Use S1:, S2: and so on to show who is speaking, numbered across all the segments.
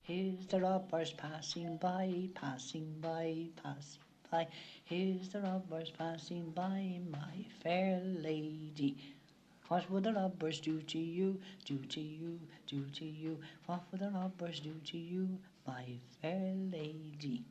S1: Here's the robbers passing by, passing by, passing by. Here's the robbers passing by, my fair lady. What would the robbers do to you, do to you, do to you? What would the robbers do to you, my fair lady?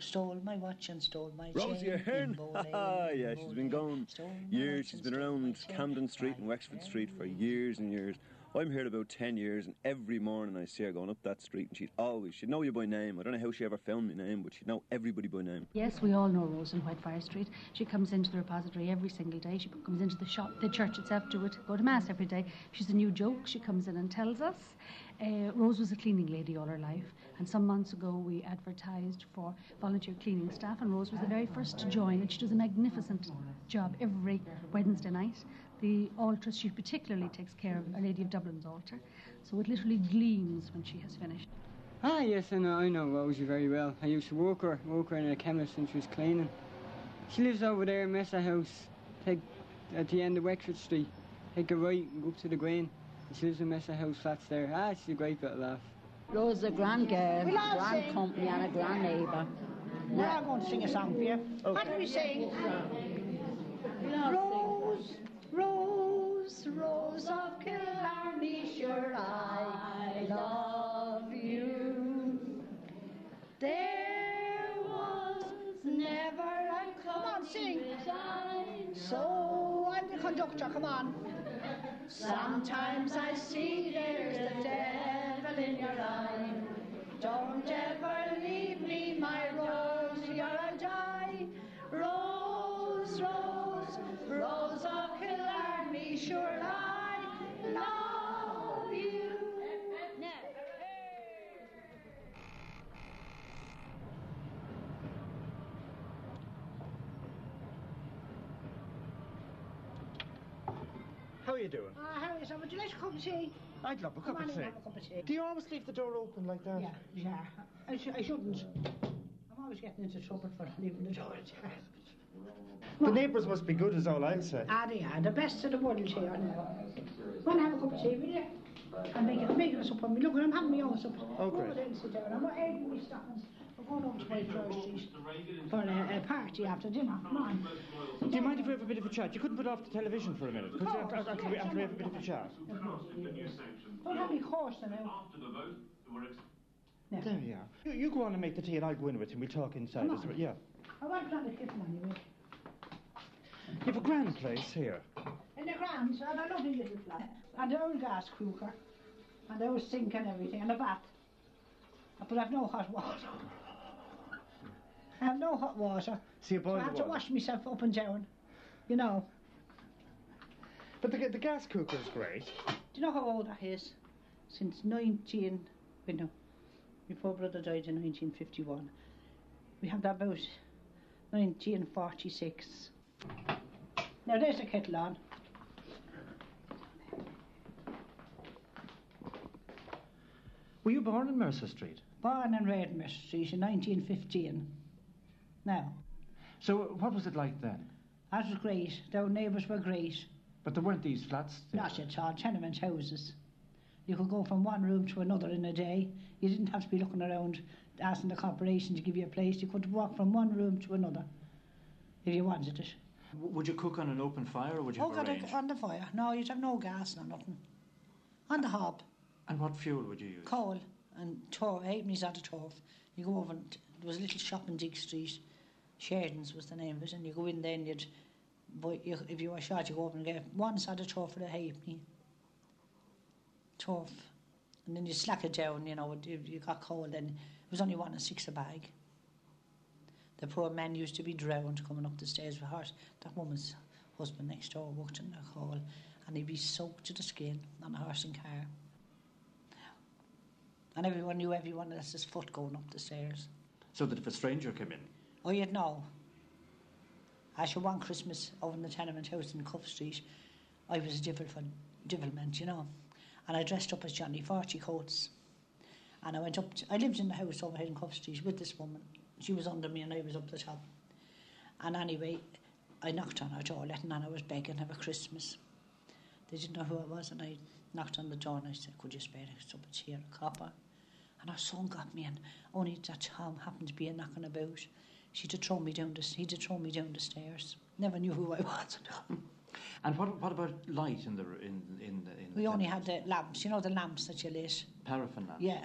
S1: Stole my watch and stole my
S2: Rosie
S1: chain.
S2: Ahern.
S1: Bimbo
S2: Ah,
S1: lane,
S2: yeah,
S1: bimbo
S2: she's been
S1: lane.
S2: gone
S1: Stole my
S2: years.
S1: watch
S2: She's
S1: and
S2: been
S1: stole my
S2: around
S1: chain,
S2: Camden Street and
S1: my
S2: Wexford
S1: fair
S2: Street for
S1: lady.
S2: years and years. I'm here about 10 years, and every morning I see her going up that street, and she'd always, she'd know you by name. I don't know how she ever found my name, but she'd know everybody by name.
S3: Yes, we all know Rose in Whitefriars Street. She comes into the repository every single day. She comes into the shop, the church itself, to it, go to mass every day. She's a new joke. She comes in and tells us. Uh, Rose was a cleaning lady all her life, and some months ago we advertised for volunteer cleaning staff, and Rose was the very first to join, and she does a magnificent job every Wednesday night. The altars, she particularly takes care of Our Lady of Dublin's altar, so it literally gleams when she has finished.
S4: Ah, yes, I know, I know Rosie very well. I used to work her, work her in a chemist when she was cleaning. She lives over there in Mesa House, take, at the end of Wexford Street. Take a right and go up to the Green. She lives in Mesa House flats there. Ah, she's a great bit of laugh.
S5: Rose a grand girl, grand company and a grand neighbour.
S6: Now I'm going to sing a song for you. What do we sing? Rose, Rose, Rose of Killarney, sure I love you. There was never a come on, sing. So I'm the conductor. Come on. Sometimes I see there's the devil in your eye. Don't ever leave me, my rose, or I'll die. Rose, rose, rose of Killarney, sure I love you.
S7: How are you doing?
S6: Ah, Harry, so would you like to come see?
S7: I'd love a
S6: Come
S7: cup
S6: on in,
S7: of tea.
S6: have a cup of tea.
S7: Do you always leave the door open like that?
S6: Yeah, yeah. I, sh- I shouldn't. I'm always getting into trouble for leaving the door ajar.
S7: The neighbours must be good, is all I'll say.
S6: Ah, they are the best of the world here now. Wanna have a cup of tea with you? I'm making, I'm making a supper. Me. Look, I'm having my own supper.
S7: Oh,
S6: Go
S7: great.
S6: over there and sit down. I'm not eating my stockings. We're going over to White George Street for a, a eh, party after dinner. Come on.
S7: Do you mind if we have a bit of a chat? You couldn't put off the television for a minute, could you? After, after, after we, after we have a bit of a chat.
S6: Don't have me coarse now. Yeah.
S7: There you are. You, you go on and make the tea and I'll go in with him. We'll talk inside.
S6: Come
S7: as
S6: on.
S7: well. Yeah.
S6: I won't plan to kiss them anyway.
S7: You have a grand place here.
S6: In the grounds, I have a lovely little flat. And the old gas cooker. And the old sink and everything. And a bath. But I've no hot water. I have no hot water.
S7: See a
S6: So
S7: boy.
S6: I have to wash myself up and down. You know.
S7: But the, the gas cooker's great.
S6: Do you know how old that is? Since 19, wait no, my poor brother died in 1951. We had that about 1946. Now there's the kettle on.
S7: Were you born in Mercer Street?
S6: Born and reared in Mercer Street in 1915. Now,
S7: So uh, what was it like then?
S6: that was great. Their neighbours were great.
S7: But there weren't these flats. there.
S6: Not at all, tenement houses. You could go from one room to another in a day. You didn't have to be looking around asking the corporation to give you a place. You could walk from one room to another if you wanted it.
S7: W- Would you cook on an open fire or would you
S6: Oh,
S7: have
S6: God,
S7: a range?
S6: on the fire. No, you'd have no gas, no nothing. On the hob,
S7: And what fuel would you use?
S6: coal and tor halfpennies out of turf. You go over, and there was a little shop in Dick Street, Sheridan's was the name of it, and you go in there and you'd, boy, you, if you were short, you go over and get one side of turf for a halfpenny. Turf. And then you slack it down, you know, if you got coal, then it was only one and six a bag. The poor man used to be drowned coming up the stairs with heart. That woman's husband next door worked in the hall and he'd be soaked to the skin on a horse and car. And everyone knew everyone else's foot going up the stairs.
S7: So that if a stranger came in,
S6: Oh, you'd know. I should one Christmas over in the tenement house in Cuff Street, I was a devil for devilment, you know. And I dressed up as Johnny Forty Coats. And I went up, to, I lived in the house over here in Cuff Street with this woman. She was under me and I was up the top. And anyway, I knocked on her door, letting on I was begging her for Christmas. They didn't know who I was, and I knocked on the door and I said, Could you spare a cup of tea or a copper? and her son got me in. Only that Tom happened to be a knocking about. She'd have thrown me down the he'd have thrown me down the stairs. Never knew who I was.
S7: And what, what about light in the r- in in the- in the
S6: we only
S7: tent?
S6: had the lamps, you know the lamps that you lit.
S7: paraffin lamp?
S6: Yeah.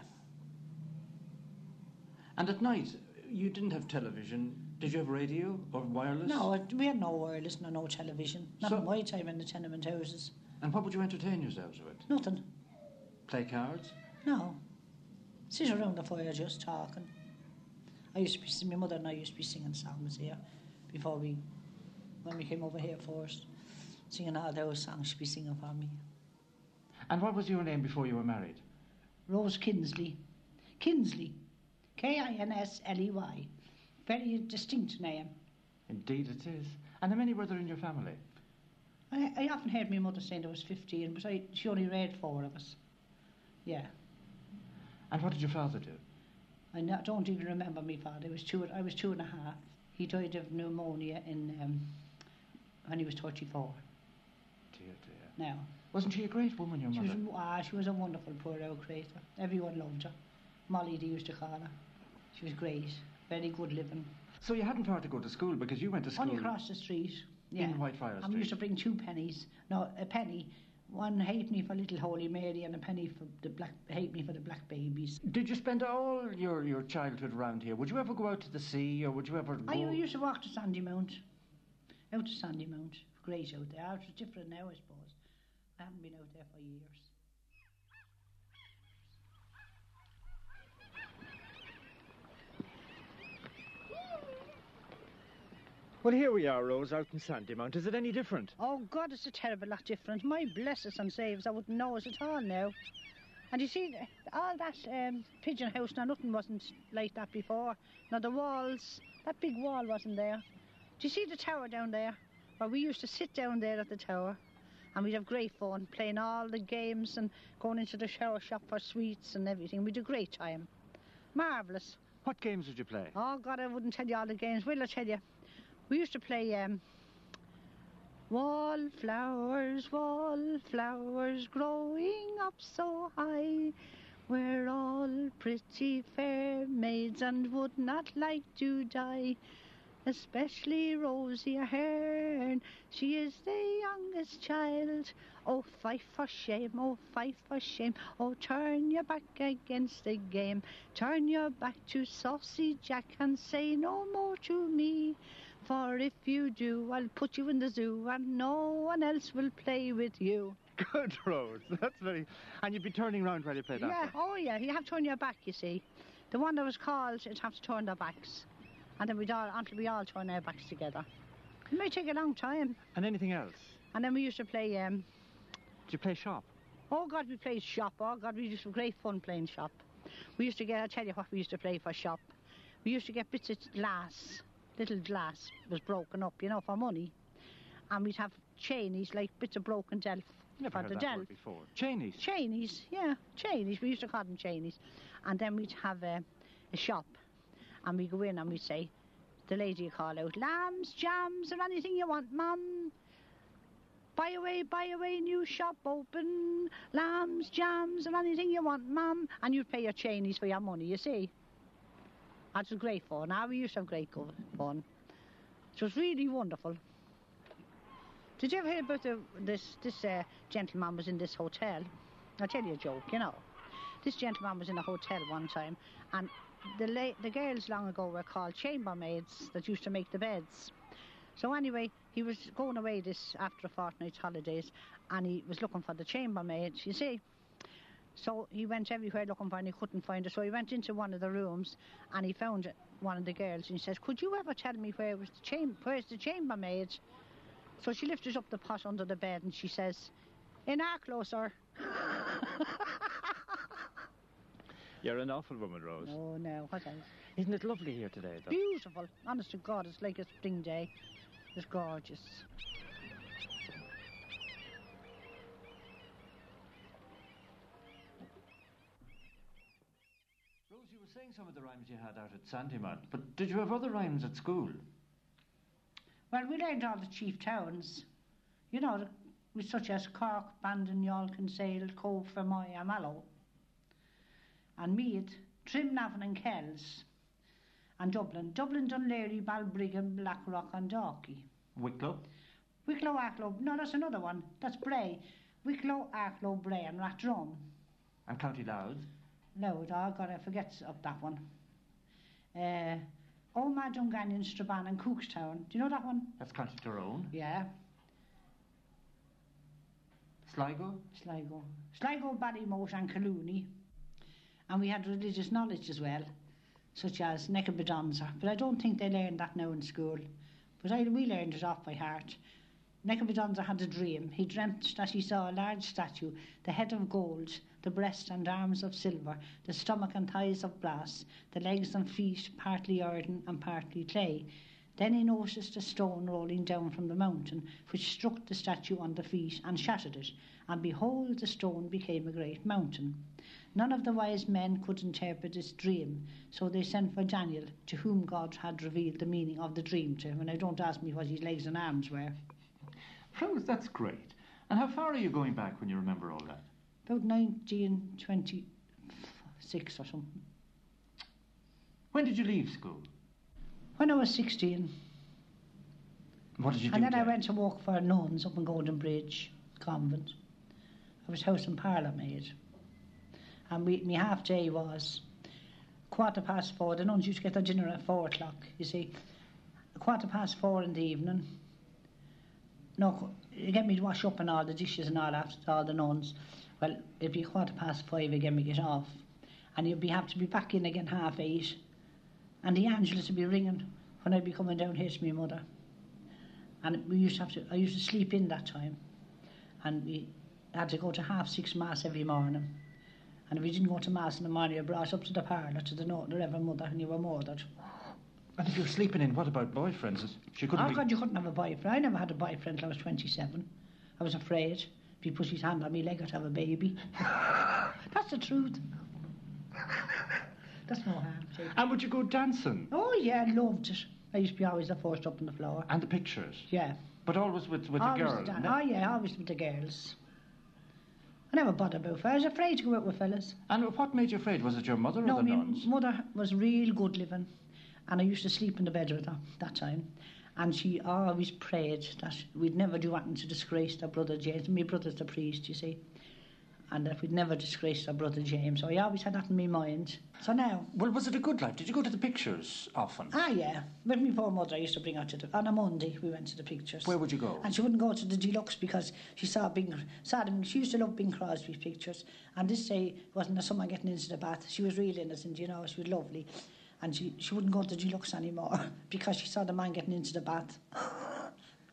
S7: And at night you didn't have television. Did you have radio or wireless?
S6: No, it- we had no wireless and no television. Not
S7: So-
S6: in my time in the tenement houses.
S7: And what would you entertain yourselves with?
S6: Nothing.
S7: Play cards?
S6: No. Sit around the fire just talking. I used to be, sing- my mother and I used to be singing songs here before we, when we came over here first. Singing all those songs she'd be singing for me.
S7: And what was your name before you were married?
S6: Rose Kinsley. Kinsley. K I N S L E Y. Very distinct name.
S7: Indeed, it is. And how many were there in your family?
S6: I, I often heard my mother saying there was 15, but I, she only read four of us. Yeah.
S7: And what did your father do?
S6: I no- don't even remember my father. He was two. I was two and a half. He died of pneumonia in um, when he was 34.
S7: Dear, dear.
S6: Now
S7: Wasn't she a great woman, your
S6: she was
S7: mother?
S6: ah, she was a wonderful poor old creator. Everyone loved her. Molly, they used to call her. She was great. Very good living.
S7: So you hadn't far to go to school because you went to school
S6: Only across the street. Yeah.
S7: in Whitefriars
S6: And we used
S7: Street.
S6: to bring two pennies. No, a penny. One halfpenny for little Holy Mary and a penny for the black halfpenny for the black babies.
S7: Did you spend all your, your childhood round here? Would you ever go out to the sea or would you ever go?
S6: I used to walk to Sandy Mount, out to Sandy Mount. Great out there. It's different now, I suppose. I haven't been out there for years.
S8: Well, here we are, Rose, out in Sandymount. Is it any different?
S3: Oh God, it's a terrible lot different. My bless us and saves, I wouldn't know it at all now. And you see, th- all that um, pigeon house now, nothing wasn't like that before. Now the walls, that big wall wasn't there. Do you see the tower down there? Well, we used to sit down there at the tower, and we'd have great fun playing all the games and going into the shower shop for sweets and everything. We'd a great time, marvelous.
S8: What games did you play?
S3: Oh God, I wouldn't tell you all the games. Will I tell you? We used to play um, wallflowers, wallflowers growing up so high. We're all pretty fair maids and would not like to die. Especially Rosie Ahern, she is the youngest child. Oh, fight for shame, oh, fight for shame. Oh, turn your back against the game. Turn your back to Saucy Jack and say no more to me. For if you do, I'll put you in the zoo and no one else will play with you.
S8: Good, Rose. That's very. And you'd be turning round while you played
S3: Yeah, oh yeah, you have to turn your back, you see. The one that was called, it'd have to turn their backs. And then we'd all, until we all turn our backs together. It may take a long time.
S8: And anything else?
S3: And then we used to play, um,
S8: Did you play shop?
S3: oh God, we played shop. Oh God, we used to have great fun playing shop. We used to get, I'll tell you what we used to play for shop. We used to get bits of glass, little glass was broken up, you know, for money. And we'd have chainies, like bits of broken delf
S8: Never
S3: for
S8: heard
S3: the
S8: that
S3: delf.
S8: word before. Cheney's.
S3: Chainies, yeah, Chainies. We used to call them Chainies. And then we'd have a, a shop and we'd go in and we'd say, the lady would call out, lambs, jams, or anything you want, mum. Buy away, buy away, new shop open. Lambs, jams, or anything you want, mum. And you'd pay your Chainies for your money, you see. That was great fun. Now we used to have great go- fun. It was really wonderful. Did you ever hear about the, this this uh, gentleman was in this hotel? I'll tell you a joke, you know. This gentleman was in a hotel one time, and the la- the girls long ago were called chambermaids that used to make the beds. So anyway, he was going away this after a fortnight's holidays, and he was looking for the chambermaids, you see. So he went everywhere looking for her and he couldn't find her. So he went into one of the rooms and he found one of the girls and he says, "Could you ever tell me where was the chamber? Where's the chambermaid?" So she lifted up the pot under the bed and she says, In our closer.
S8: You're an awful woman, Rose.
S3: Oh no, what else?
S8: Isn't it lovely here today, though?
S3: Beautiful. Honest to God, it's like a spring day. It's gorgeous.
S7: Rose, you were saying some of the rhymes you had out at Sandymount, but did you have other rhymes at school?
S6: Well, we learned all the chief towns, you know, the- with such as Cork, Bandon, Yalkin, Sale, Cove, Fermoy, and Mallow. And Meath,
S3: Trimnavon and Kells, and Dublin. Dublin, Dunleary, Balbriggan, Blackrock, and Dorky.
S7: Wicklow.
S3: Wicklow, Acklow, no, that's another one. That's Bray. Wicklow, Acklow, Bray, and Rathdrum.
S7: And County Louth.
S3: No, oh God, I forget up that one. Uh, Omagh, Dungannon, Strabane, and Cookstown. Do you know that one?
S7: That's County Tyrone.
S3: Yeah,
S7: Sligo.
S3: Sligo. Sligo, Ballymote, and Colooney. And we had religious knowledge as well, such as Neckabedonza. But I don't think they learned that now in school. But I, we learned it off by heart. Neckabedonza had a dream. He dreamt that he saw a large statue, the head of gold, the breast and arms of silver, the stomach and thighs of brass, the legs and feet partly iron and partly clay. Then he noticed a stone rolling down from the mountain, which struck the statue on the feet and shattered it, and behold, the stone became a great mountain. None of the wise men could interpret this dream, so they sent for Daniel, to whom God had revealed the meaning of the dream to him. And now don't ask me what his legs and arms were.
S7: Rose, that's great. And how far are you going back when you remember all that?
S3: About 1926 or something.
S7: When did you leave school?
S3: When I was 16,
S7: What did you do?
S3: and then I
S7: there?
S3: went to work for nuns up in Golden Bridge Convent. I was house and parlour maid. And we, my half day was quarter past four. The nuns used to get their dinner at four o'clock, you see. Quarter past four in the evening. No, qu- you get me to wash up and all the dishes and all after all the nuns. Well, it'd be quarter past five again we get off. And you'd be have to be back in again half eight. And the angelus would be ringing when I'd be coming down here to my mother and we used to have to I used to sleep in that time and we had to go to half six mass every morning and if you didn't go to mass in the morning you were brought up to the parlour to the, no- the Reverend Mother and you were murdered
S7: And if you're sleeping in, what about boyfriends? She couldn't.
S3: oh
S7: be-
S3: God you couldn't have a boyfriend I never had a boyfriend till I was 27 I was afraid if he put his hand on me leg I'd have a baby that's the truth that's no harm to it.
S7: And would you go dancing?
S3: oh yeah I loved it I used to be always the first up on the floor
S7: And the pictures,
S3: yeah
S7: but always with with a
S3: Always
S7: girl.
S3: done.
S7: no?
S3: Oh yeah, always with the girls. I never bothered about fellas. I was afraid to go out with fellas.
S7: And what made you afraid? Was it your mother or
S3: no,
S7: the
S3: my
S7: nuns?
S3: mother was real good living, and I used to sleep in the bed with her that time. And she always prayed that we'd never do anything to disgrace their brother James. My brother's the priest, you see. And that we'd never disgrace their brother James. So I always had that in my mind. So now,
S7: Well, was it a good life? Did you go to the pictures often?
S3: ah yeah, with my poor mother I used to bring her to the... On a Monday we went to the pictures.
S7: Where would you go?
S3: And she wouldn't go to the deluxe because she saw Bing, saw them, she used to love Bing Crosby's pictures. And this day wasn't there someone getting into the bath. She was real innocent, you know, she was lovely. And she, she wouldn't go to the deluxe anymore because she saw the man getting into the bath.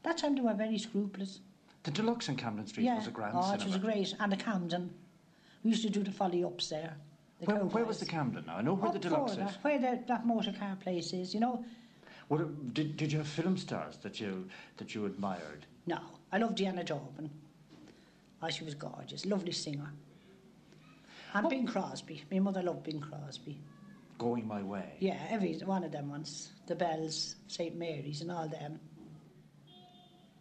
S3: that time they were very scrupulous.
S7: The Deluxe in Camden Street
S3: yeah.
S7: was a grand
S3: oh,
S7: cinema.
S3: it was a great. And the Camden. We used to do the folly ups there. the
S7: where,
S3: Cowboys.
S7: where was the Camden now? I know where
S3: Up
S7: the Deluxe
S3: further,
S7: is.
S3: Where the, that motor car place is, you know.
S7: What, did, did you have film stars that you that you admired?
S3: No, I love Diana Dobbin. Oh, she was gorgeous, lovely singer. And Bing Crosby. My mother loved Bing Crosby.
S7: Going my way.
S3: Yeah, every one of them ones. The Bells, St Mary's, and all them.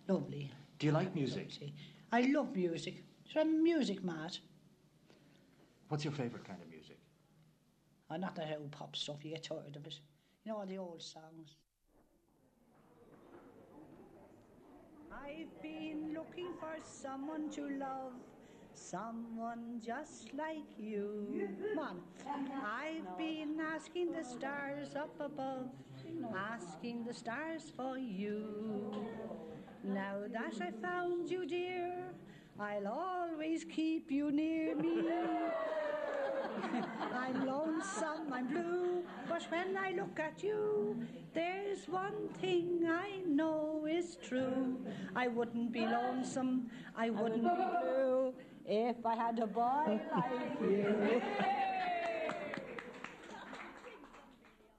S3: Lovely.
S7: Do you like music?
S3: See, I love music. So I'm music mad.
S7: What's your favourite kind of music?
S3: Oh, not that old pop stuff, you get tired of it. You know all the old songs. I've been looking for someone to love, someone just like you. Come on. I've been asking the stars up above, asking the stars for you. Now that I found you, dear, I'll always keep you near me. I'm lonesome, I'm blue, but when I look at you, there's one thing I know is true. I wouldn't be lonesome, I wouldn't be blue if I had a boy like you.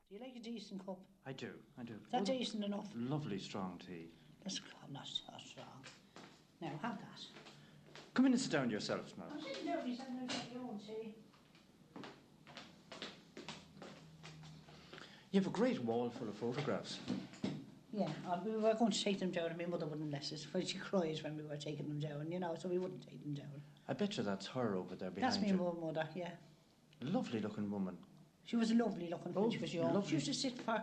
S3: Do you like a decent cup?
S7: I do, I do.
S3: Is that
S7: Oh,
S3: decent enough?
S7: Lovely strong tea.
S3: That's, I'm not that's wrong. Now have that.
S7: Come in and sit down yourself now.
S3: I'm sitting down, you said no, get your own tea.
S7: You have a great wall full of photographs.
S3: Yeah, and we were going to take them down, and my mother wouldn't let us. For she cries when we were taking them down, you know, so we wouldn't take them down.
S7: I bet you that's her over there behind
S3: That's my
S7: you.
S3: mo- mother, yeah.
S7: Lovely looking woman.
S6: She was lovely looking when
S7: Oh,
S6: she was young.
S7: lovely.
S6: She used to sit for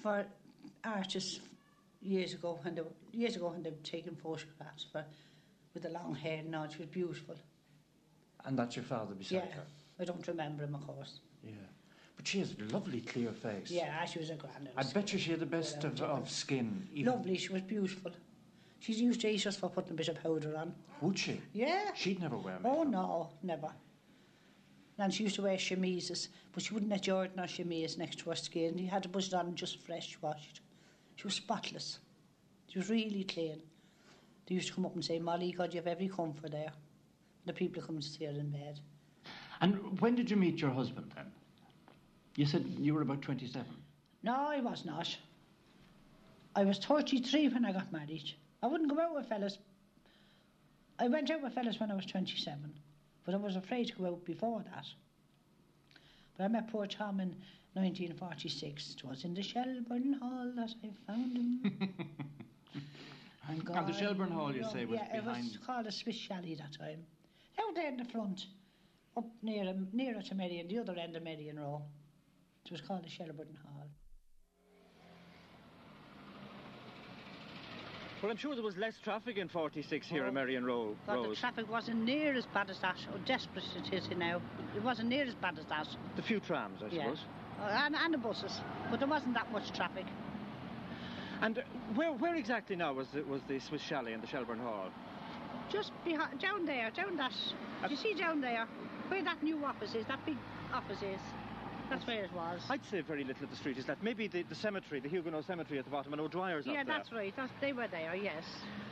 S6: for artists years ago when they were, years ago when they were taking photographs for with the long hair and all. She was beautiful.
S7: And that's your father beside
S6: yeah,
S7: her.
S6: I don't remember him of course.
S7: Yeah. But she has a lovely clear face.
S6: Yeah, she was a grand.
S7: I bet you she had the best of, of skin. Even.
S6: Lovely, she was beautiful. She used to eat us for putting a bit of powder on.
S7: Would she?
S6: Yeah.
S7: She'd never wear makeup.
S6: Oh no, never. And she used to wear chemises, but she wouldn't let Jordan or chemise next to her skin. He had to put it on and just fresh washed. She was spotless. She was really clean. They used to come up and say, Molly, God, you have every comfort there. The people come to see her in bed.
S7: And when did you meet your husband then? You said you were about 27.
S6: No, I was not. I was 33 when I got married. I wouldn't go out with fellas. I went out with fellas when I was 27, but I was afraid to go out before that. But I met poor Tom in 1946. It was in the Shelburne Hall that I found him. and
S7: And Hmm. Oh, the
S6: God
S7: Shelburne Hall, you
S6: love-
S7: say, was
S6: yeah, it was
S7: behind-
S6: called a Swiss Chalet that time. Out there in the front, up near, nearer to Merion, the other end of Merion Row. It was called the Shelburne Hall.
S8: Well, I'm sure there was less traffic in 46 here
S6: Oh.
S8: at Marion Row.
S6: God, the
S8: Rose.
S6: traffic wasn't near as bad as that. How desperate it is here now. It wasn't near as bad as that.
S8: the few trams, I
S6: Yeah.
S8: suppose.
S6: Uh, And, and the buses. But there wasn't that much traffic.
S8: And uh, where, where exactly now was the, was the Swiss Chalet and the Shelburne Hall?
S6: Just behind, down there, down that. Do you see down there? Where that new office is, that big office is. That's where it was.
S8: I'd say very little of the street is left. Maybe the, the cemetery, the Huguenot cemetery at the bottom, and O'Dwyer's
S6: yeah,
S8: up there.
S6: that's right. That's, they were there, yes.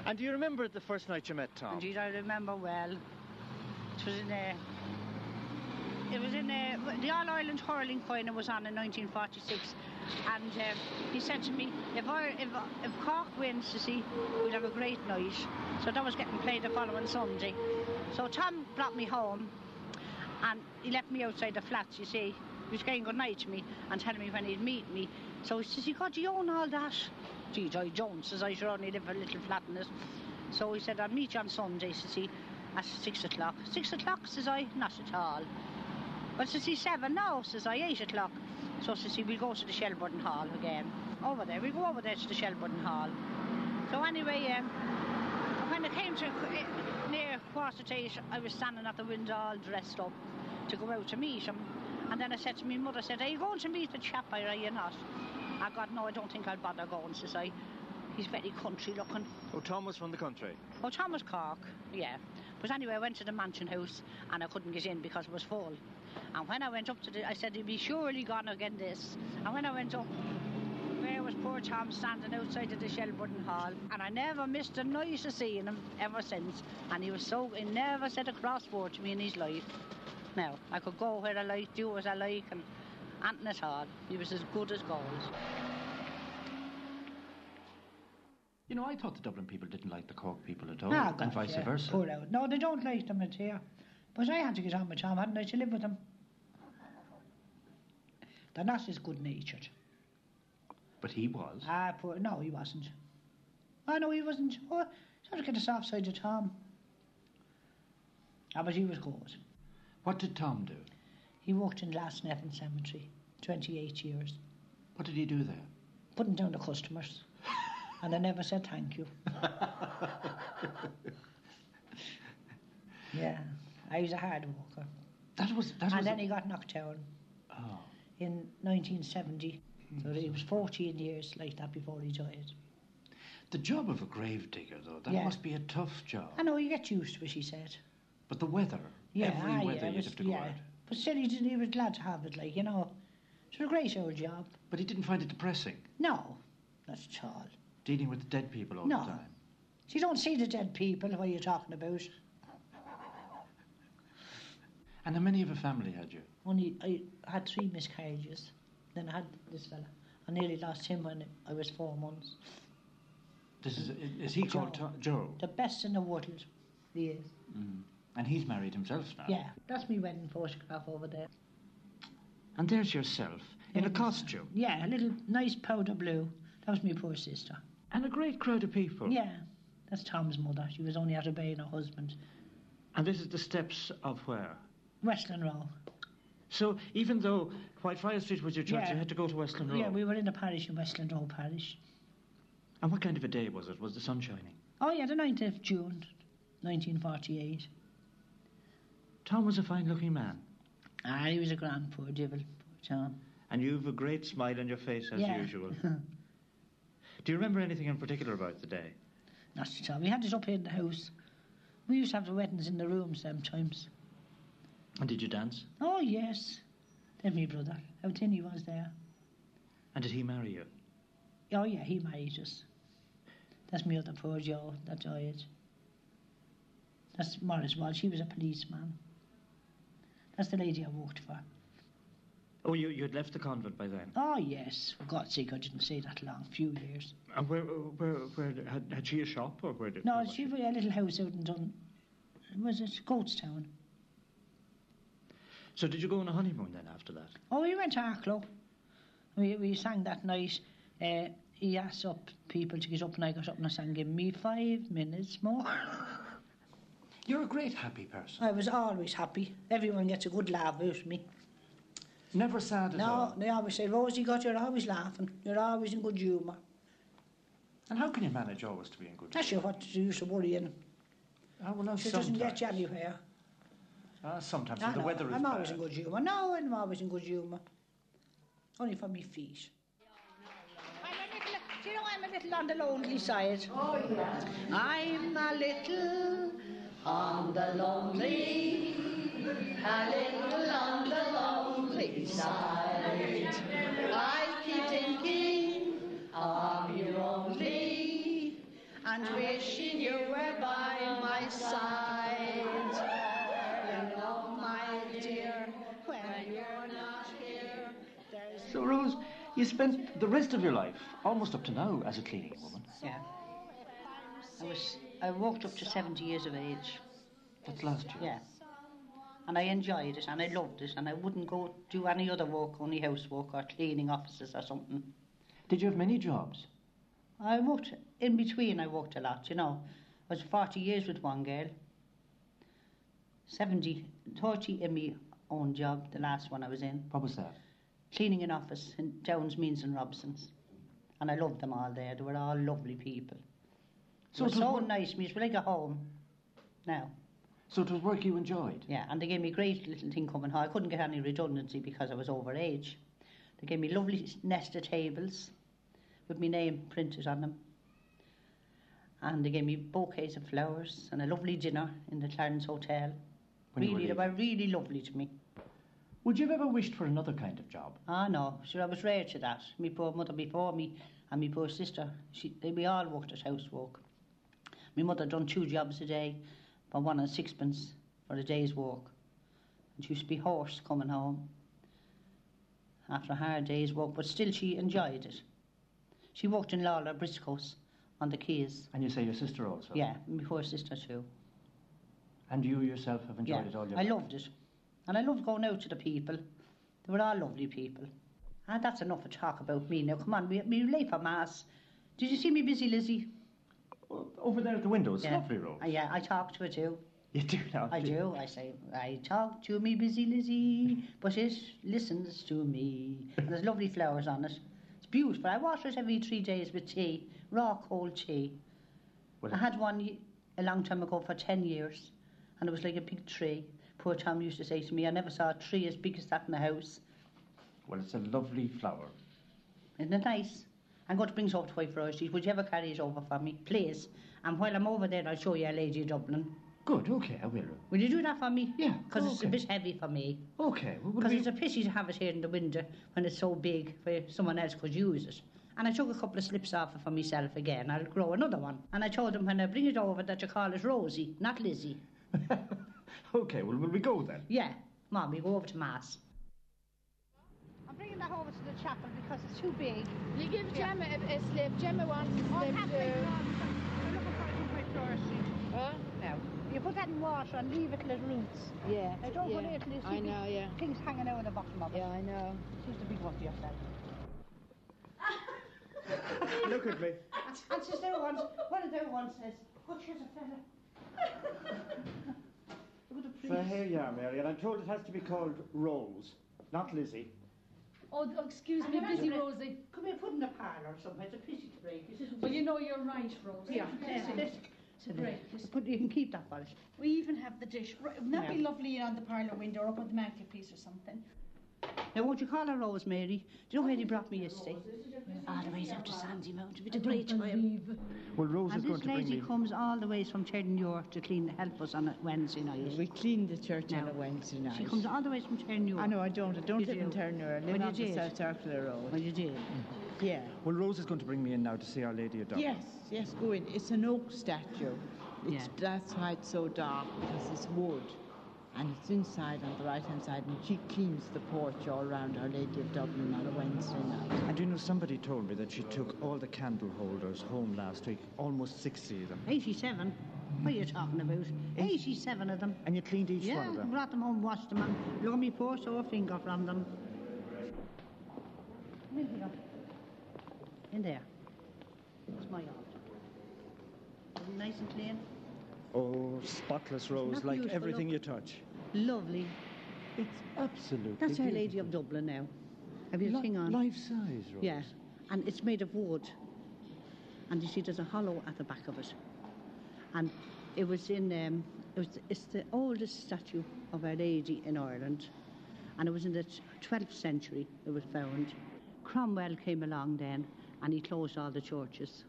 S8: And do you remember the first night you met Tom?
S6: Indeed, I remember well. It was in there. It was in uh, the All Ireland hurling final was on in 1946, and um, he said to me, "If I, if, if Cork wins, you see, we'd have a great night." So that was getting played the following Sunday. So Tom brought me home, and he left me outside the flats. You see, he was saying good night to me and telling me when he'd meet me. So he says, "He got you own all that." Gee, I don't. Says I should only live a little flat in it. So he said, I'll meet you on Sunday, says he, at six o'clock. Six o'clock, says I, not at all. Well, says he, seven, no, says I, eight o'clock. So says he, we'll go to the Shelburne Hall again. Over there, we'll go over there to the Shelburne Hall. So anyway, um, when I came to eh, near quarter to eight, I was standing at the window all dressed up to go out to meet him. And then I said to me mother, I said, are you going to meet the chap or are you not? I got, no, I don't think I'll bother going, says I. He's very country looking.
S8: Oh, Tom was from the country.
S6: Well, Thomas Cork, yeah. But anyway, I went to the mansion house and I couldn't get in because it was full. And when I went up to the, I said, he'll be surely gone again this. And when I went up, there was poor Tom standing outside of the Shelburne Hall. And I never missed a night of seeing him ever since. And he was so, he never said a cross word to me in his life. Now, I could go where I like, do what I like, and Anthony Todd, he was as good as gold.
S7: Oh, You know, I thought the Dublin people didn't like the Cork people at all,
S6: Ah,
S7: and
S6: God,
S7: vice
S6: yeah,
S7: versa.
S6: Poor old. No, they don't like them in here. But I had to get on with Tom, hadn't I, to live with them. They're not as good natured.
S7: But he was.
S6: Ah, poor. No, he wasn't. Ah, no, he wasn't. Oh, sort of get a soft side to Tom. Ah, but he was good.
S7: What did Tom do?
S6: He worked in Glasnevin Cemetery 28 years,
S7: What did he do there?
S6: putting down the customers. and I never said thank you. yeah, I was a hard worker.
S7: That was. That was
S6: and then he got knocked down
S7: oh.
S6: in 1970. So he was 14 years like that before he died.
S7: The job of a grave digger, though, that
S6: Yeah.
S7: must be a tough job.
S6: I know you get used to it, he said.
S7: But the weather,
S6: Yeah, aye,
S7: every weather
S6: yeah,
S7: you'd
S6: it was-
S7: have to go
S6: yeah.
S7: out.
S6: But still, he, didn't, he was glad to have it, like, you know. It was a great old job.
S7: But he didn't find it depressing,
S6: No, not at all.
S7: dealing with dead people all
S6: No.
S7: the time.
S6: So you don't see the dead people, what you're talking about.
S7: And how many of a family had you?
S6: Only I had three miscarriages. Then I had this fella. I nearly lost him when I was four months.
S7: This is, is he called
S6: Joe.
S7: Tom, Joe?
S6: The best in the world, he is.
S7: And he's married himself now.
S6: Mm. Yeah, that's me wedding photograph over there.
S7: And there's yourself in a costume
S6: Yeah, a little nice powder blue. That was my poor sister.
S7: and a great crowd of
S9: Oh.
S7: people.
S6: Yeah, that's Tom's mother. She was only out obeying her husband.
S7: And this is the steps of where?
S6: Westland Row.
S9: So even though Whitefriars Street was your church,
S5: Yeah.
S9: you had to go to Westland Road.
S5: Yeah, we were in a parish in Westland Road Parish.
S9: And what kind of a day was it? Was the sun shining?
S5: Oh, yeah, the 9th of June, 1948.
S9: Tom was a fine-looking man,
S5: Ah, he was a grand poor devil, poor Tom.
S9: and you've a great smile on your face as
S5: Yeah.
S9: usual. Do you remember anything in particular about the day?
S5: Not at all. We had it up here in the house. We used to have the weddings in the rooms sometimes.
S9: And did you dance?
S5: Oh, yes. Then my brother, how thin he was there.
S9: And did he marry you?
S5: Oh, yeah, he married us. That's my other poor Joe that died. That's Morris Walsh. She was a policeman. That's the lady I worked for.
S9: Oh, you, you had left the convent by then.
S5: Oh, yes. For God's sake, I didn't say that long. few years.
S9: And where, where, where had, had she a shop or where did?
S5: No,
S9: where was
S5: she was a little house out in Dun... Was it Goatstown?
S9: So did you go on a honeymoon then after that?
S5: Oh, we went to Arklow. We, we sang that night. Uh, he asked up people to get up, and I got up and I sang Give Me Five Minutes More.
S7: You're a great happy person.
S5: I was always happy. Everyone gets a good laugh out of me.
S7: Never sad at
S5: No,
S7: all.
S5: they always say, Rosie, God, you're always laughing. You're always in good humour.
S7: And how can you manage always to be in good
S5: That's you what to use to worry in.
S7: Oh, well, no,
S5: She
S7: sometimes.
S5: doesn't get you anywhere.
S7: Ah, sometimes.
S5: I
S7: and the
S5: know,
S7: weather is
S5: I'm
S7: bad.
S5: always in good humour. No, I'm always in good humour. Only for me feet. I'm a little, do you know, I'm a little on the lonely side. Oh, yeah. I'm a little on the lonely, a little on the lonely side. I keep thinking of you only and wishing you were by my side. You know, my dear, when you're not here, there's
S7: So, Rose, you spent the rest of your life, almost up to now, as a cleaning woman.
S6: Yeah. I was I walked up to 70 years of age.
S7: That's last year.
S6: Yeah. And I enjoyed it and I loved it and I wouldn't go do any other work, only housework or cleaning offices or something.
S7: Did you have many jobs?
S6: I worked in between. I worked a lot, you know. I was 40 years with one girl. 70, 30 in my own job, the last one I was in.
S7: What was that?
S6: Cleaning an office in Downs, Means and Robson's. And I loved them all there. They were all lovely people.
S7: So
S6: So it was
S7: it was
S6: so
S7: one-
S6: nice. Me, it's like a home now.
S7: So it was work you enjoyed.
S6: Yeah, and they gave me great little thing coming home. I couldn't get any redundancy because I was over age. They gave me lovely s- nest of tables with my name printed on them. And they gave me bouquets of flowers and a lovely dinner in the Clarence Hotel.
S7: When you were
S6: really, they
S7: leaving.
S6: were really lovely to me.
S7: Would you have ever wished for another kind of job?
S6: Ah, no, sure, I was rare to that. My poor mother before me and my poor sister, she, they, we all worked at housework. My mother done two jobs a day, for one and sixpence for a day's work. And she used to be hoarse coming home after a hard day's work, but still she enjoyed it. She worked in Lawler, Briscoe's, on the quays.
S7: And you say your sister also.
S6: Yeah, my poor sister too.
S7: And you yourself have enjoyed
S6: Yeah,
S7: it all your
S6: I
S7: life.
S6: loved it. And I loved going out to the people. They were all lovely people. Ah, that's enough of talk about me now. Come on, we, we late for mass. Did you see me busy, Lizzie?
S7: O- Over there at the window, it's
S6: Yeah.
S7: lovely, Rose.
S6: Ah, yeah, I talk to her too.
S7: You do now.
S6: I
S7: do you?
S6: do. I say, I talk to me busy Lizzie, but it listens to me. And there's lovely flowers on it. It's beautiful. I wash it every three days with tea, raw cold tea.
S7: Well,
S6: I had one y- a long time ago for 10 years, and it was like a big tree. Poor Tom used to say to me, I never saw a tree as big as that in the house.
S7: Well, it's a lovely flower.
S6: Isn't it nice? I'm going to bring it over to White Rose. Would you ever carry it over for me, please? And while I'm over there, I'll show you a lady of Dublin.
S7: Good, okay, I will.
S6: Will you do that for me?
S7: Yeah,
S6: Because it's a
S7: okay.
S6: bit heavy for me.
S7: Okay, well, will
S6: Because
S7: we...
S6: it's a pity to have it here in the winter when it's so big where someone else could use it. And I took a couple of slips off it for myself again. I'll grow another one. And I told them when I bring it over that you call it Rosie, not Lizzie.
S7: okay, well, will we go then?
S6: Yeah, Mom, we go over to Mass.
S3: I'm bringing that over to the chapel because it's too big.
S10: You give Gemma a, a slip. Gemma wants a
S3: Oh,
S10: slip
S3: halfway
S10: too.
S3: across. We're looking for it in White Flora Street.
S10: Huh? No.
S3: You put that in water and leave it till it roots.
S10: Yeah.
S3: I don't
S10: yeah.
S3: want it till you
S10: I
S3: see
S10: know, yeah.
S3: Things hanging out of the bottom of it.
S10: Yeah, I know.
S3: She's the big one for yourself.
S9: Look at me.
S3: And says there once, one of their ones says, "What is a fella?"
S5: with a priest.
S11: So here you are, Mary, and I'm told it has to be called Rose, not Lizzie.
S5: Oh, oh, excuse
S3: And
S5: me,
S3: imagine
S5: busy
S3: it-
S5: Rosie.
S3: Could be put in a parlour or somewhere. It's a pity to break. This isn't
S5: Well, you know you're right, Rosie.
S3: Yeah.
S5: Yes,
S3: Yeah.
S5: yes.
S3: It's a
S5: Right.
S3: break. But you can keep that polish.
S5: We even have the dish. Right, wouldn't that be
S3: Yeah.
S5: lovely you know, on the parlour window or up on the mantelpiece or something?
S3: Now, won't you call her Rosemary? Do you know where they brought me yesterday? All the way out to Sandy Mount. It'd be a great time.
S7: Well, Rose
S3: And
S7: is going
S3: this
S7: to bring
S3: lady
S7: me.
S3: comes all the way from Churn York to clean, help us on a Wednesday night.
S12: We clean the church on a Wednesday night.
S3: She comes all the way from Churn York.
S12: I know I don't. I don't
S3: You
S12: live in
S3: do.
S12: Ternoor. I
S3: Well,
S12: live
S3: you
S12: on the
S3: did.
S12: South Mm. Circular Road.
S3: Well, you did.
S12: Yeah.
S7: Well, Rose is going to bring me in now to see Our Lady of Dublin.
S12: Yes, yes, go in. It's an oak statue. It's,
S7: Yeah.
S12: That's why it's so dark, because it's wood. And it's inside on the right hand side, and she cleans the porch all round Our Lady of Dublin on a Wednesday night.
S7: And do you know somebody told me that she took all the candle holders home last week, almost 60 of them.
S3: 87? What are you talking about? 87 of them.
S7: And you cleaned each
S3: yeah,
S7: one of them?
S3: brought them home, washed them, and loaned me poor sore finger from them. Come in here. In there. That's my yard. Is it nice and clean?
S7: Oh, spotless Rose,
S3: that
S7: like
S3: beautiful?
S7: everything
S3: Look.
S7: you touch.
S3: Lovely.
S7: It's absolutely.
S3: That's Our Lady of Dublin now. Have you a thing on?
S7: Life size, Rose.
S3: Yeah, and it's made of wood. And you see, there's a hollow at the back of it. And it was in, um, it was, it's the oldest statue of Our Lady in Ireland. And it was in the t- 12th century it was found. Cromwell came along then and he closed all the churches.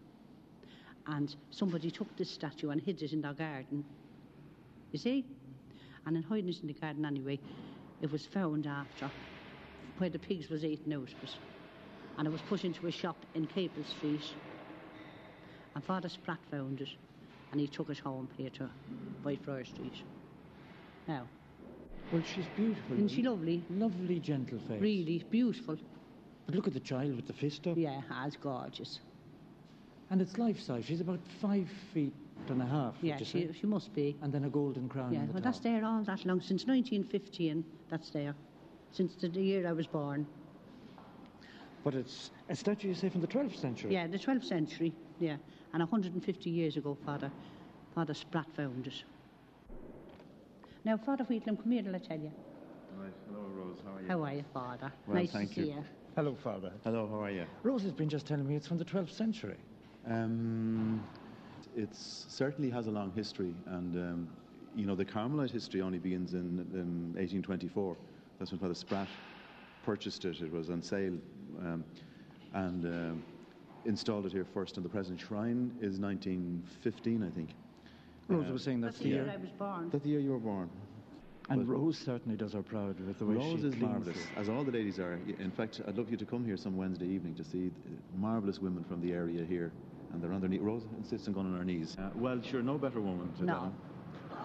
S3: And somebody took this statue and hid it in their garden. You see? And in hiding it in the garden anyway, it was found after where the pigs was eaten out of it and it was put into a shop in Capel Street. And Father Spratt found it, and he took it home here to Whitefriar Street. Now,
S7: Well, she's beautiful.
S3: Isn't she lovely?
S7: Lovely, gentle face.
S3: really beautiful.
S7: But look at the child with the fist up.
S3: Yeah, as gorgeous.
S7: And it's life size. She's about five feet and a half. would
S3: Yeah,
S7: you
S3: she,
S7: say?
S3: she must be.
S7: And then a golden crown.
S3: Yeah,
S7: on the
S3: well,
S7: top.
S3: that's there all that long since 1915. That's there since the year I was born.
S7: But it's a statue, you say, from the 12th century.
S3: Yeah, the 12th century. Yeah, and 150 years ago, Father, Father Spratt found it. Now, Father Wheatlam, come here, and I'll tell you.
S13: Right. Hello, Rose. How are you?
S3: How are you, Father?
S13: Well,
S3: nice
S13: thank
S3: to see
S13: you.
S3: you.
S7: Hello, Father.
S13: Hello. How are you?
S7: Rose has been just telling me it's from the 12th century.
S13: Um, it certainly has a long history, and um, you know the Carmelite history only begins in um, 1824. That's when Father Spratt purchased it. It was on sale, um, and um installed it here first. And the present shrine is 1915, I think.
S7: Rose was saying that's the year.
S3: I was born.
S13: That the year you were born.
S7: And Rose certainly does her proud with the way she
S13: Rose is
S7: cleans
S13: marvelous,
S7: it.
S13: as all the ladies are. Y- In fact, I'd love you to come here some Wednesday evening to see marvelous women from the area here, and they're on their knees. Rose insists on going on her knees. Uh, well, sure, no better woman to
S3: No.
S13: them.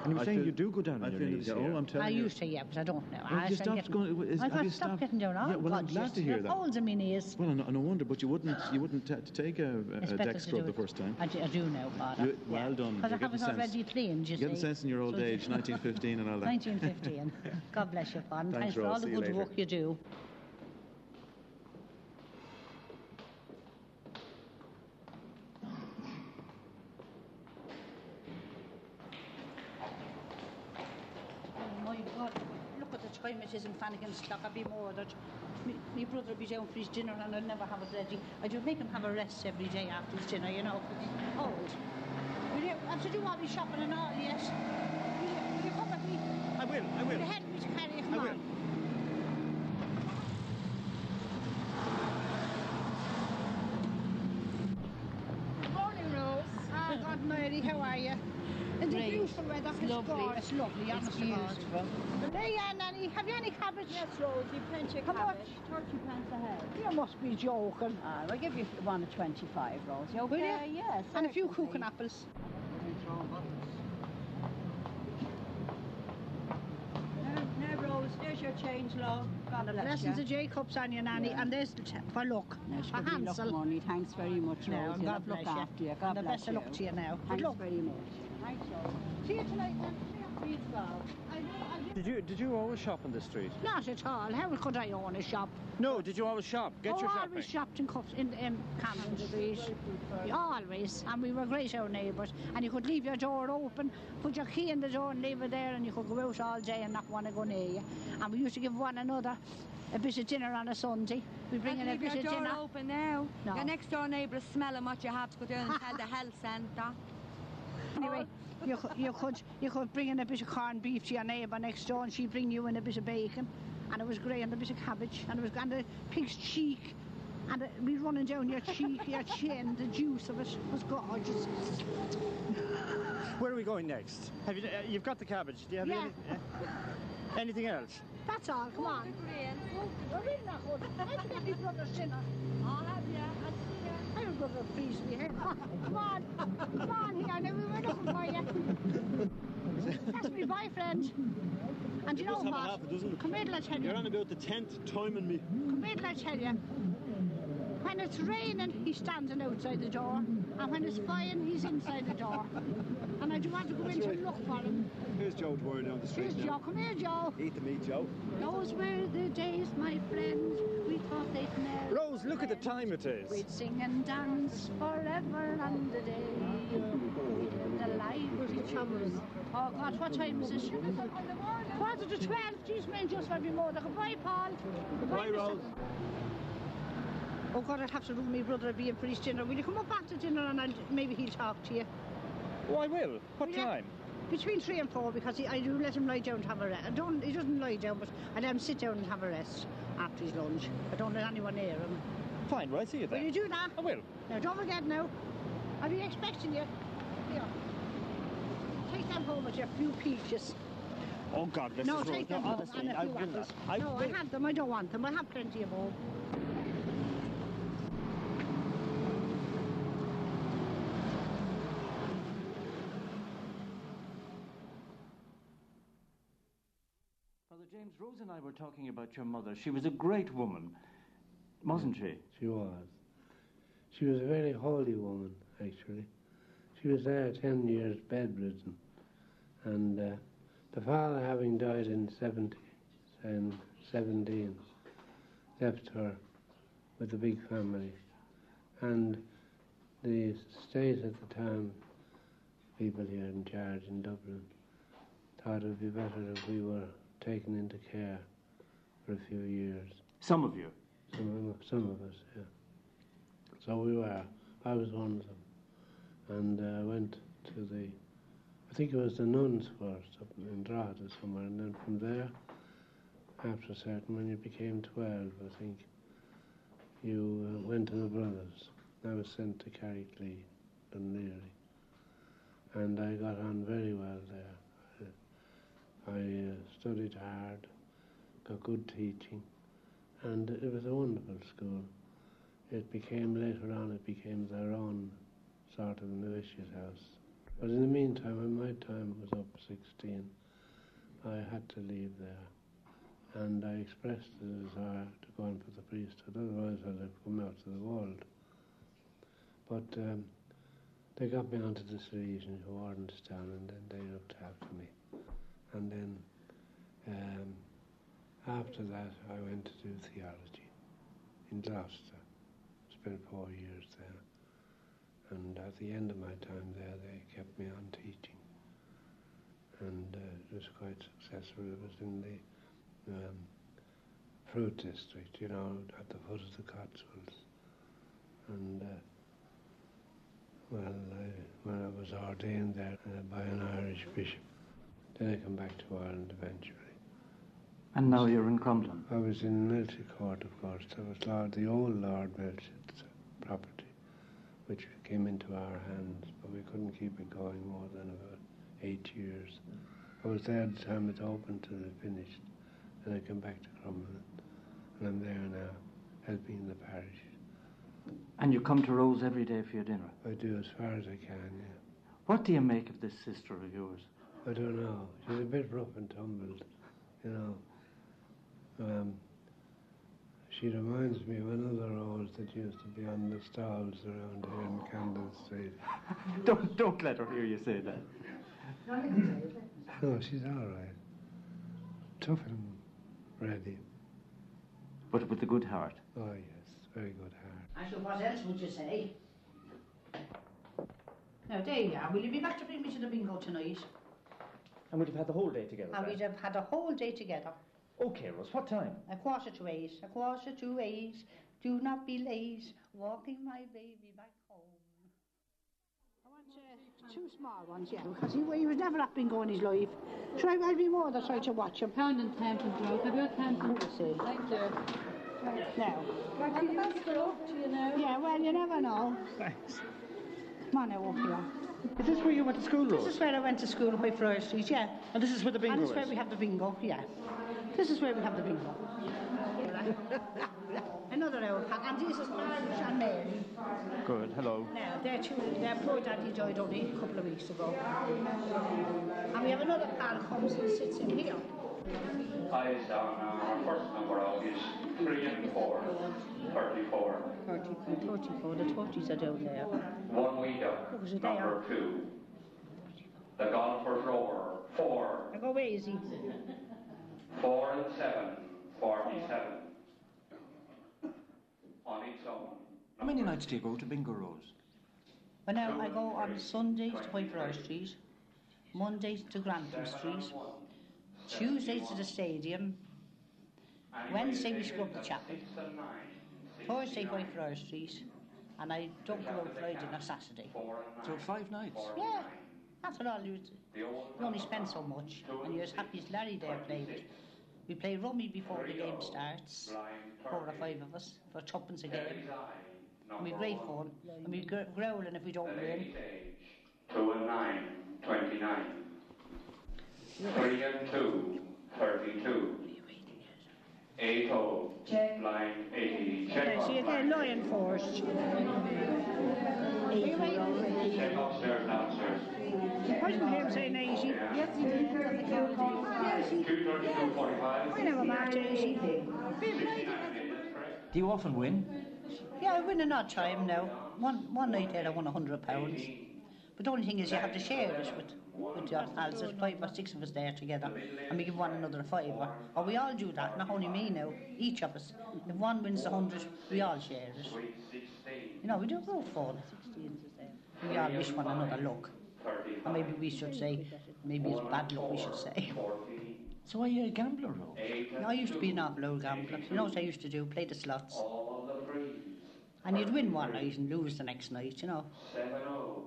S7: And you were
S13: I
S7: saying
S13: feel-
S7: you do go down
S13: I
S7: on your
S13: feel-
S7: knees.
S13: yeah, oh,
S7: here.
S13: I'm
S3: I
S13: telling you.
S3: used to, yeah, but I don't know.
S13: Well,
S3: I
S13: you
S3: started
S13: stopped
S3: getting,
S13: going- is-
S3: I
S13: have
S3: got
S13: you
S3: stopped
S13: stopped-
S3: getting Oh, down.
S13: Yeah, well, I'm glad to hear that.
S3: How old's me knees?
S13: Well, no, no wonder, but you wouldn't you wouldn't t- take a,
S3: It's
S13: a
S3: better
S13: deck
S3: to do
S13: scrub the
S3: it.
S13: first time.
S3: I do, I do know, Father.
S13: You- well done.
S3: Because I
S13: You're
S3: have
S13: getting
S3: it
S13: sense.
S3: already cleaned, you
S13: Getting
S3: see.
S13: sense in your old
S3: So-
S13: age, 1915 and all that.
S3: 1915. God bless you, Father. and
S13: Thanks,
S3: Thanks for
S13: Rose.
S3: all the
S13: See you
S3: good
S13: later.
S3: work you do. Oh my God, look at the time it is in Flanagan's clock. I'll be murdered. Me, me brother will be down for his dinner and I'll never have it ready. I do make him have a rest every day after his dinner, you know, 'cause he's old. Will you have to do all his shopping and all, yes? Will you, will you come with me?
S7: I will, I
S3: Will you help me to carry him on?
S14: Good morning, Rose.
S3: Ah, God, Mary, how are you? It's
S14: Great.
S3: beautiful weather.
S14: It's
S3: It's
S14: lovely.
S3: gorgeous. It's lovely,
S14: It's
S3: honest to God.
S14: beautiful.
S3: There you are, Nanny. Have you any cabbage?
S14: Yes, Rose, you've plenty of
S3: How much?
S14: cabbage. 30 pence a head.
S3: You must be joking.
S15: Ah, I'll give you one of 25, Rose. You
S3: Will you?
S15: okay? Yes.
S3: And a few cooking apples.
S14: Now, now, Rose, there's your change, love. God bless
S3: Lessons
S14: you.
S3: of Jacobs on you, Nanny.
S15: Yeah.
S3: And there's the t- for luck.
S15: Now,
S3: for
S15: good luck,
S3: Hansel.
S15: Money. Thanks very much, Rose.
S3: Now, and
S15: You'll
S3: God
S15: have
S3: bless
S15: luck
S3: you.
S15: after you. God
S3: and the
S15: bless
S3: best of luck to you now.
S15: Thanks
S3: Good luck.
S15: very much.
S14: Thanks, Rose.
S3: See you tonight, then.
S14: Please, love. I know, I do
S4: Did you did you always shop on this street?
S3: Not at all. How could I own a shop?
S4: No, did you always shop? Get
S3: oh,
S4: your shopping.
S3: always shopped in Cuff in um, Cameron Street. Always, and we were great our neighbours. And you could leave your door open, put your key in the door, and leave it there, and you could go out all day and not want to go near you. And we used to give one another a bit of dinner on a Sunday. We bring in a
S16: leave
S3: bit
S16: your
S3: of
S16: door
S3: dinner.
S16: open now.
S3: No.
S16: Your next door neighbour is smelling what you have to go down and tell the health centre. Anyway,
S3: you, cou- you could you could bring in a bit of corned beef to your neighbour next door, and she'd bring you in a bit of bacon, and it was great, and a bit of cabbage, and it was and a pig's cheek, and uh, we running down your cheek, your chin, the juice of it was gorgeous.
S4: Where are we going next? Have you uh, you've got the cabbage? Do you have
S3: Yeah.
S4: any- uh, anything else?
S3: That's all. Come on. Well, we're not good. I've got me brother sinner. I'll have you. I'll see you. You're gonna freeze me here. Come on. Come on here. I know we were looking for you. That's my boyfriend. And you know
S2: does have a
S3: what?
S2: habit, doesn't it?
S3: Come here, till I tell you.
S2: You're on about the tenth time in me.
S3: Come here, till I tell you. When it's raining, he's standing outside the door. And when it's flying, he's inside the door. And I do want to go in to look for him.
S2: Here's Joe Dwyer down the street
S3: Here's
S2: now.
S3: Joe. Come here, Joe.
S2: Eat the meat, Joe.
S3: Those were the days, my friend, we thought they'd never.
S4: Rose, look at the time it is.
S3: We'd sing and dance forever and a day. The light chums. Oh God, what time is it? Quarter to twelve. These men just won't be more. than- Goodbye, Paul. Goodbye, Mr. Oh God, I'd have to run my brother I'd be in for his dinner. Will you come up after dinner and I'll, maybe he'll talk to you?
S4: Oh, I will. What time?
S3: Between three and four, because he, I do let him lie down to have a rest. I don't, he doesn't lie down, but I let him sit down and have a rest after his lunch. I don't let anyone near him.
S4: Fine. Well, I see you
S3: Will
S4: then.
S3: you do that?
S4: I will.
S3: Now, don't forget now. I'll be expecting you. Here. Take them home with your few peaches.
S4: Oh God, Mrs.
S3: no,
S4: Rose.
S3: take
S4: no,
S3: them home
S4: honestly,
S3: and a
S4: I
S3: few
S4: will
S3: apples.
S4: not. I
S3: no,
S4: will.
S3: I have them. I don't want them. I have plenty of home.
S17: Father James, Rose and I were talking about your mother. She was a great woman, wasn't she?
S7: She was. She was a very holy woman, actually. She was there ten years bedridden, and uh, the father, having died in 70, in 17, left her with a big family. And the state at the time, people here in charge in Dublin, thought it would be better if we were taken into care for a few years.
S17: Some of you.
S7: Some of, some of us, yeah. So we were. I was one of them, and I uh, went to the. I think it was the nuns first up in Drogheda somewhere, and then from there, after a certain when you became twelve, I think, you uh, went to the brothers. I was sent to Carricklee, Dunleary, and I got on very well there. I, I uh, studied hard, got good teaching, and it was a wonderful school. It became later on, it became their own sort of novitiate house. But in the meantime, when my time was up, 16, I had to leave there. And I expressed the desire to go on for the priesthood, otherwise I'd have come out to the world. But um, they got me onto the Salesian who ordinance down, and then they looked after me. And then um, after that, I went to do theology in Gloucester. Spent four years there. And at the end of my time there, they kept me on teaching. And uh, it was quite successful. It was in the um, fruit district, you know, at the foot of the Cotswolds. And, uh, well, I, when I was ordained there uh, by an Irish bishop, then I come back to Ireland eventually.
S17: And now you're in Crumlin.
S7: I was in Milton Court, of course. That was Lord, the old Lord Milton's property, which came into our hands, but we couldn't keep it going more than about eight years. I was there at the time it opened till it finished, and I came back to Crumlin, and I'm there now, helping the parish.
S17: And you come to Rose every day for your dinner.
S7: I do as far as I can, yeah.
S17: What do you make of this sister of yours?
S7: I don't know. She's a bit rough and tumbled, you know. Um, she reminds me of another horse that used to be on the stalls around here in Camden Street.
S17: Don't don't let her hear you say that.
S7: No, she's all right.
S18: toughen, really.
S8: But with a good heart.
S18: Oh, yes, very good heart.
S6: And so what else would you say? Now, there you are. Will you be back to bring me to the bingo tonight?
S8: And we'd have had the whole day together.
S6: And
S8: then.
S6: we'd have had a whole day together.
S8: Okay, Rose, what time?
S6: A quarter to eight, a quarter to eight. Do not be late, walking my baby back home.
S19: Two small ones, yeah, because he, he was never up and going his life. So I, I'd be more than sorry to watch him. Pound and Tampa, Joe. Have you Tampa? Thank you. Now.
S16: And the best of luck to you now.
S19: Yeah, well, you never know.
S20: Thanks.
S19: Come on, now, walk here.
S20: Is this where you went to school, Rose?
S6: This is where I went to school, Whitefriars Street, yeah.
S20: And this is where the bingo
S6: And this is
S20: is?
S6: where we have the bingo, yeah. This is where we have the bingo. Another old pa- and this is Margaret and Mary.
S20: Good, hello.
S6: Now, their, two, their poor daddy died only a couple of weeks ago. And we have another pal comes and sits in here.
S5: Eyes down now. Our first number out is 3 and 4. 34.
S6: 44, 44, the 40s are down there.
S5: One weed up.
S6: What was it
S5: Number 2. The golfer's over. 4.
S6: I go easy.
S5: 4 and 7. 47. On its own.
S8: How many nights do you go to bingo, Rose?
S6: But now I go on Sundays to Whitefriars Street, Mondays to Grantham Street, Tuesdays to the stadium, Wednesday we should go up the chapel, Thursday Whitefriars Street, and I don't go out Friday nor Saturday.
S8: So five nights.
S6: Yeah, that's what all you, you only spend so much, and you're as happy as Larry there played. We play rummy before the game starts, four or five of us, for twopence a game. And we have great fun, and we gr- growling if we don't win.
S5: 2 and 9. 29. 3 and 2. 32. 8 oh. Line 80. Check
S6: Okay,
S5: up
S6: so you're
S5: line
S6: getting lying first.
S5: Check upstairs, downstairs.
S6: I didn't hear him saying 80. Yes, he did.
S5: Two thirty-two forty-five.
S6: I never marked 80.
S8: Do you often win?
S6: Yeah, I win an odd time now. One one night there I won a hundred pounds. But the only thing is you have to share it with, with your pals. There's five or six of us there together and we give one another a fiver. Or we all do that, not only me now, each of us. If one wins the hundred, we all share it. You know, we do go for it. We all wish one another luck. Or maybe we should say, maybe it's bad luck we should say.
S8: So are you a gambler, Rose?
S6: No, I used to be an awful old gambler. You know what I used to do? Play the slots. And you'd win one night and lose the next night, you know.
S5: oh,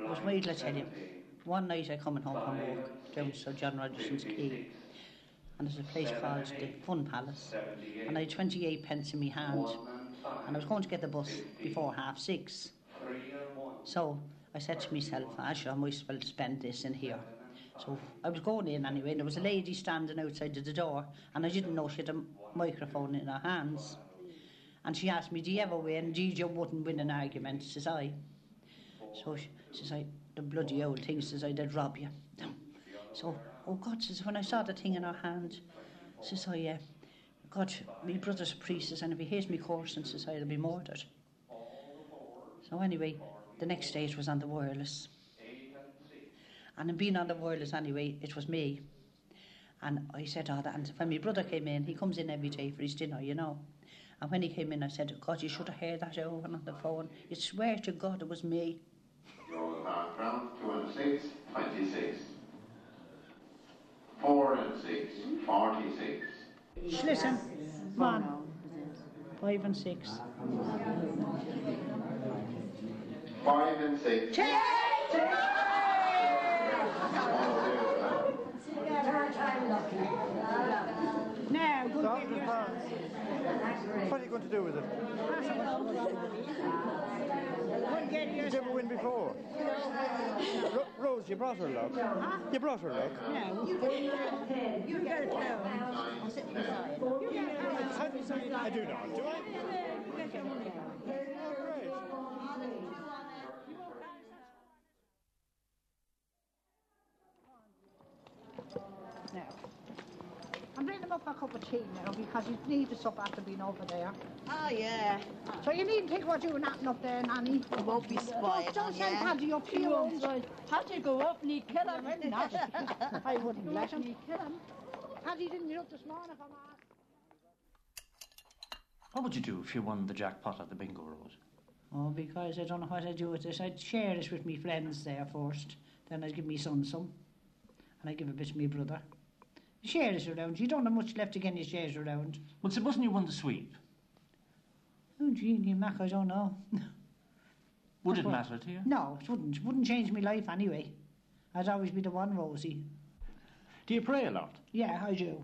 S6: I was made, I tell you. One night I coming home from work down to John Rogerson's Key. And there's a place called the Fun Palace. And I had 28 pence in my hand. And I was going to get the bus before half six. So I said to myself, I shall I might as well spend this in here. So I was going in anyway, and there was a lady standing outside the door, and I didn't know she had a microphone in her hands. And she asked me, Do you ever win? Did you wouldn't win an argument, says I. So she says, I, the bloody old thing, says I, they'd rob you. So, oh God, says, when I saw the thing in her hand, says I, uh, God, my brother's a priest, says, and if he hears me cursing, says I, I'll be murdered. So anyway, the next stage was on the wireless. And in being on the wireless anyway, it was me. And I said, oh, that, and when my brother came in, he comes in every day for his dinner, you know. And when he came in, I said, God, you should have heard that Owen on the phone. You swear to God it was me.
S21: Your back round, two and six, twenty-six. Four and six, forty-six.
S6: Sh- Listen, man. Five and six.
S21: Five and six.
S19: Now, go
S20: Stop
S19: give
S20: the
S19: yourself-
S20: What are you going to do with it? Did you ever win before? Ro- Rose, you brought her luck. You brought her luck.
S19: No, you get You get a towel. I'll sit beside. You get a towel.
S20: I do not, do I?
S19: You get your money. Now, I'm bringing him up a cup of tea now because he needs us up after being over there.
S22: Oh, yeah.
S19: So you needn't think we're doing nothing up there, Nanny. It won't be
S22: spoiled,
S19: Don't send
S22: yeah.
S19: Paddy up
S22: He
S19: here.
S22: won't.
S19: Paddy go up and he'd kill him. I wouldn't let him.
S22: kill him.
S23: Paddy didn't get up this morning if I'm asked.
S8: What would you do if you won the jackpot at the bingo, Rose?
S6: Oh, because I don't know what I'd do with this. I'd share this with me friends there first. Then I'd give me son some. And I'd give a bit to me brother. Share this around. You don't have much left again, you shares around.
S8: Well, it wasn't you won the sweep.
S6: Oh, Jeannie Mac, I don't know.
S8: Would
S6: That's
S8: it
S6: what-
S8: matter to you?
S6: No, it wouldn't. It wouldn't change my life anyway. I'd always be the one Rosie.
S8: Do you pray a lot?
S6: Yeah, I do.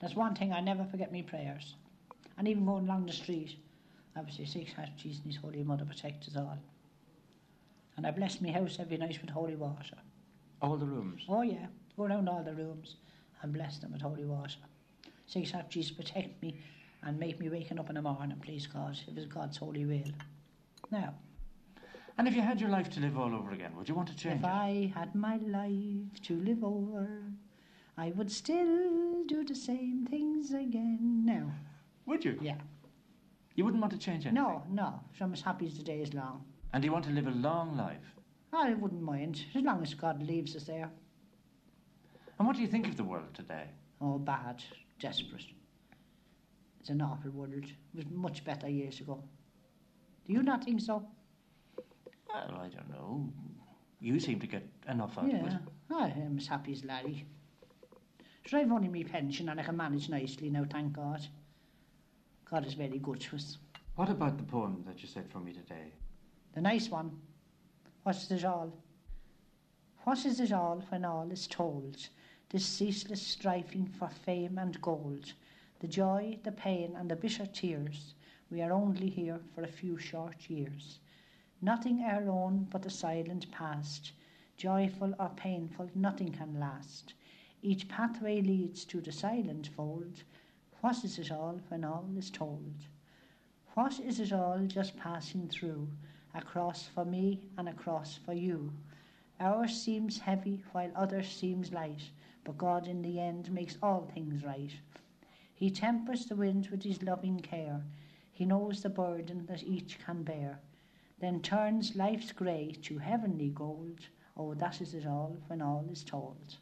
S6: That's one thing I never forget me prayers. And even going along the street, I would say, Six hearts, Jesus and His Holy Mother protect us all. And I bless me house every night with holy water.
S8: All the rooms.
S6: Oh yeah, go round all the rooms and bless them with holy water. Say, Sir Jesus, protect me and make me waking up in the morning, please God, if it's God's holy will. Now,
S8: And if you had your life to live all over again, would you want to change
S6: if
S8: it?
S6: I had my life to live over, I would still do the same things again. Now,
S8: Would you?
S6: Yeah.
S8: You wouldn't want to change anything?
S6: no, no, so I'm as happy as the day is long.
S8: And do you want to live a long life?
S6: I wouldn't mind, as long as God leaves us there.
S8: And what do you think of the world today?
S6: Oh, bad, desperate. It's an awful world. It was much better years ago. Do you not think so?
S8: Well, I don't know. You seem to get enough out of it.
S6: yeah, I am as happy as Larry. Sure, I've only my pension and I can manage nicely now, thank God. God is very good to us.
S8: What about the poem that you said for me today?
S6: The nice one. What's it all? What is it all when all is told? This ceaseless striving for fame and gold, the joy, the pain, and the bitter tears. We are only here for a few short years. Nothing our own but the silent past. Joyful or painful, nothing can last. Each pathway leads to the silent fold. What is it all when all is told? What is it all just passing through? A cross for me and a cross for you. Ours seems heavy while others seems light, but God in the end makes all things right. He tempers the wind with his loving care. He knows the burden that each can bear. Then turns life's grey to heavenly gold. Oh, that is it all when all is told.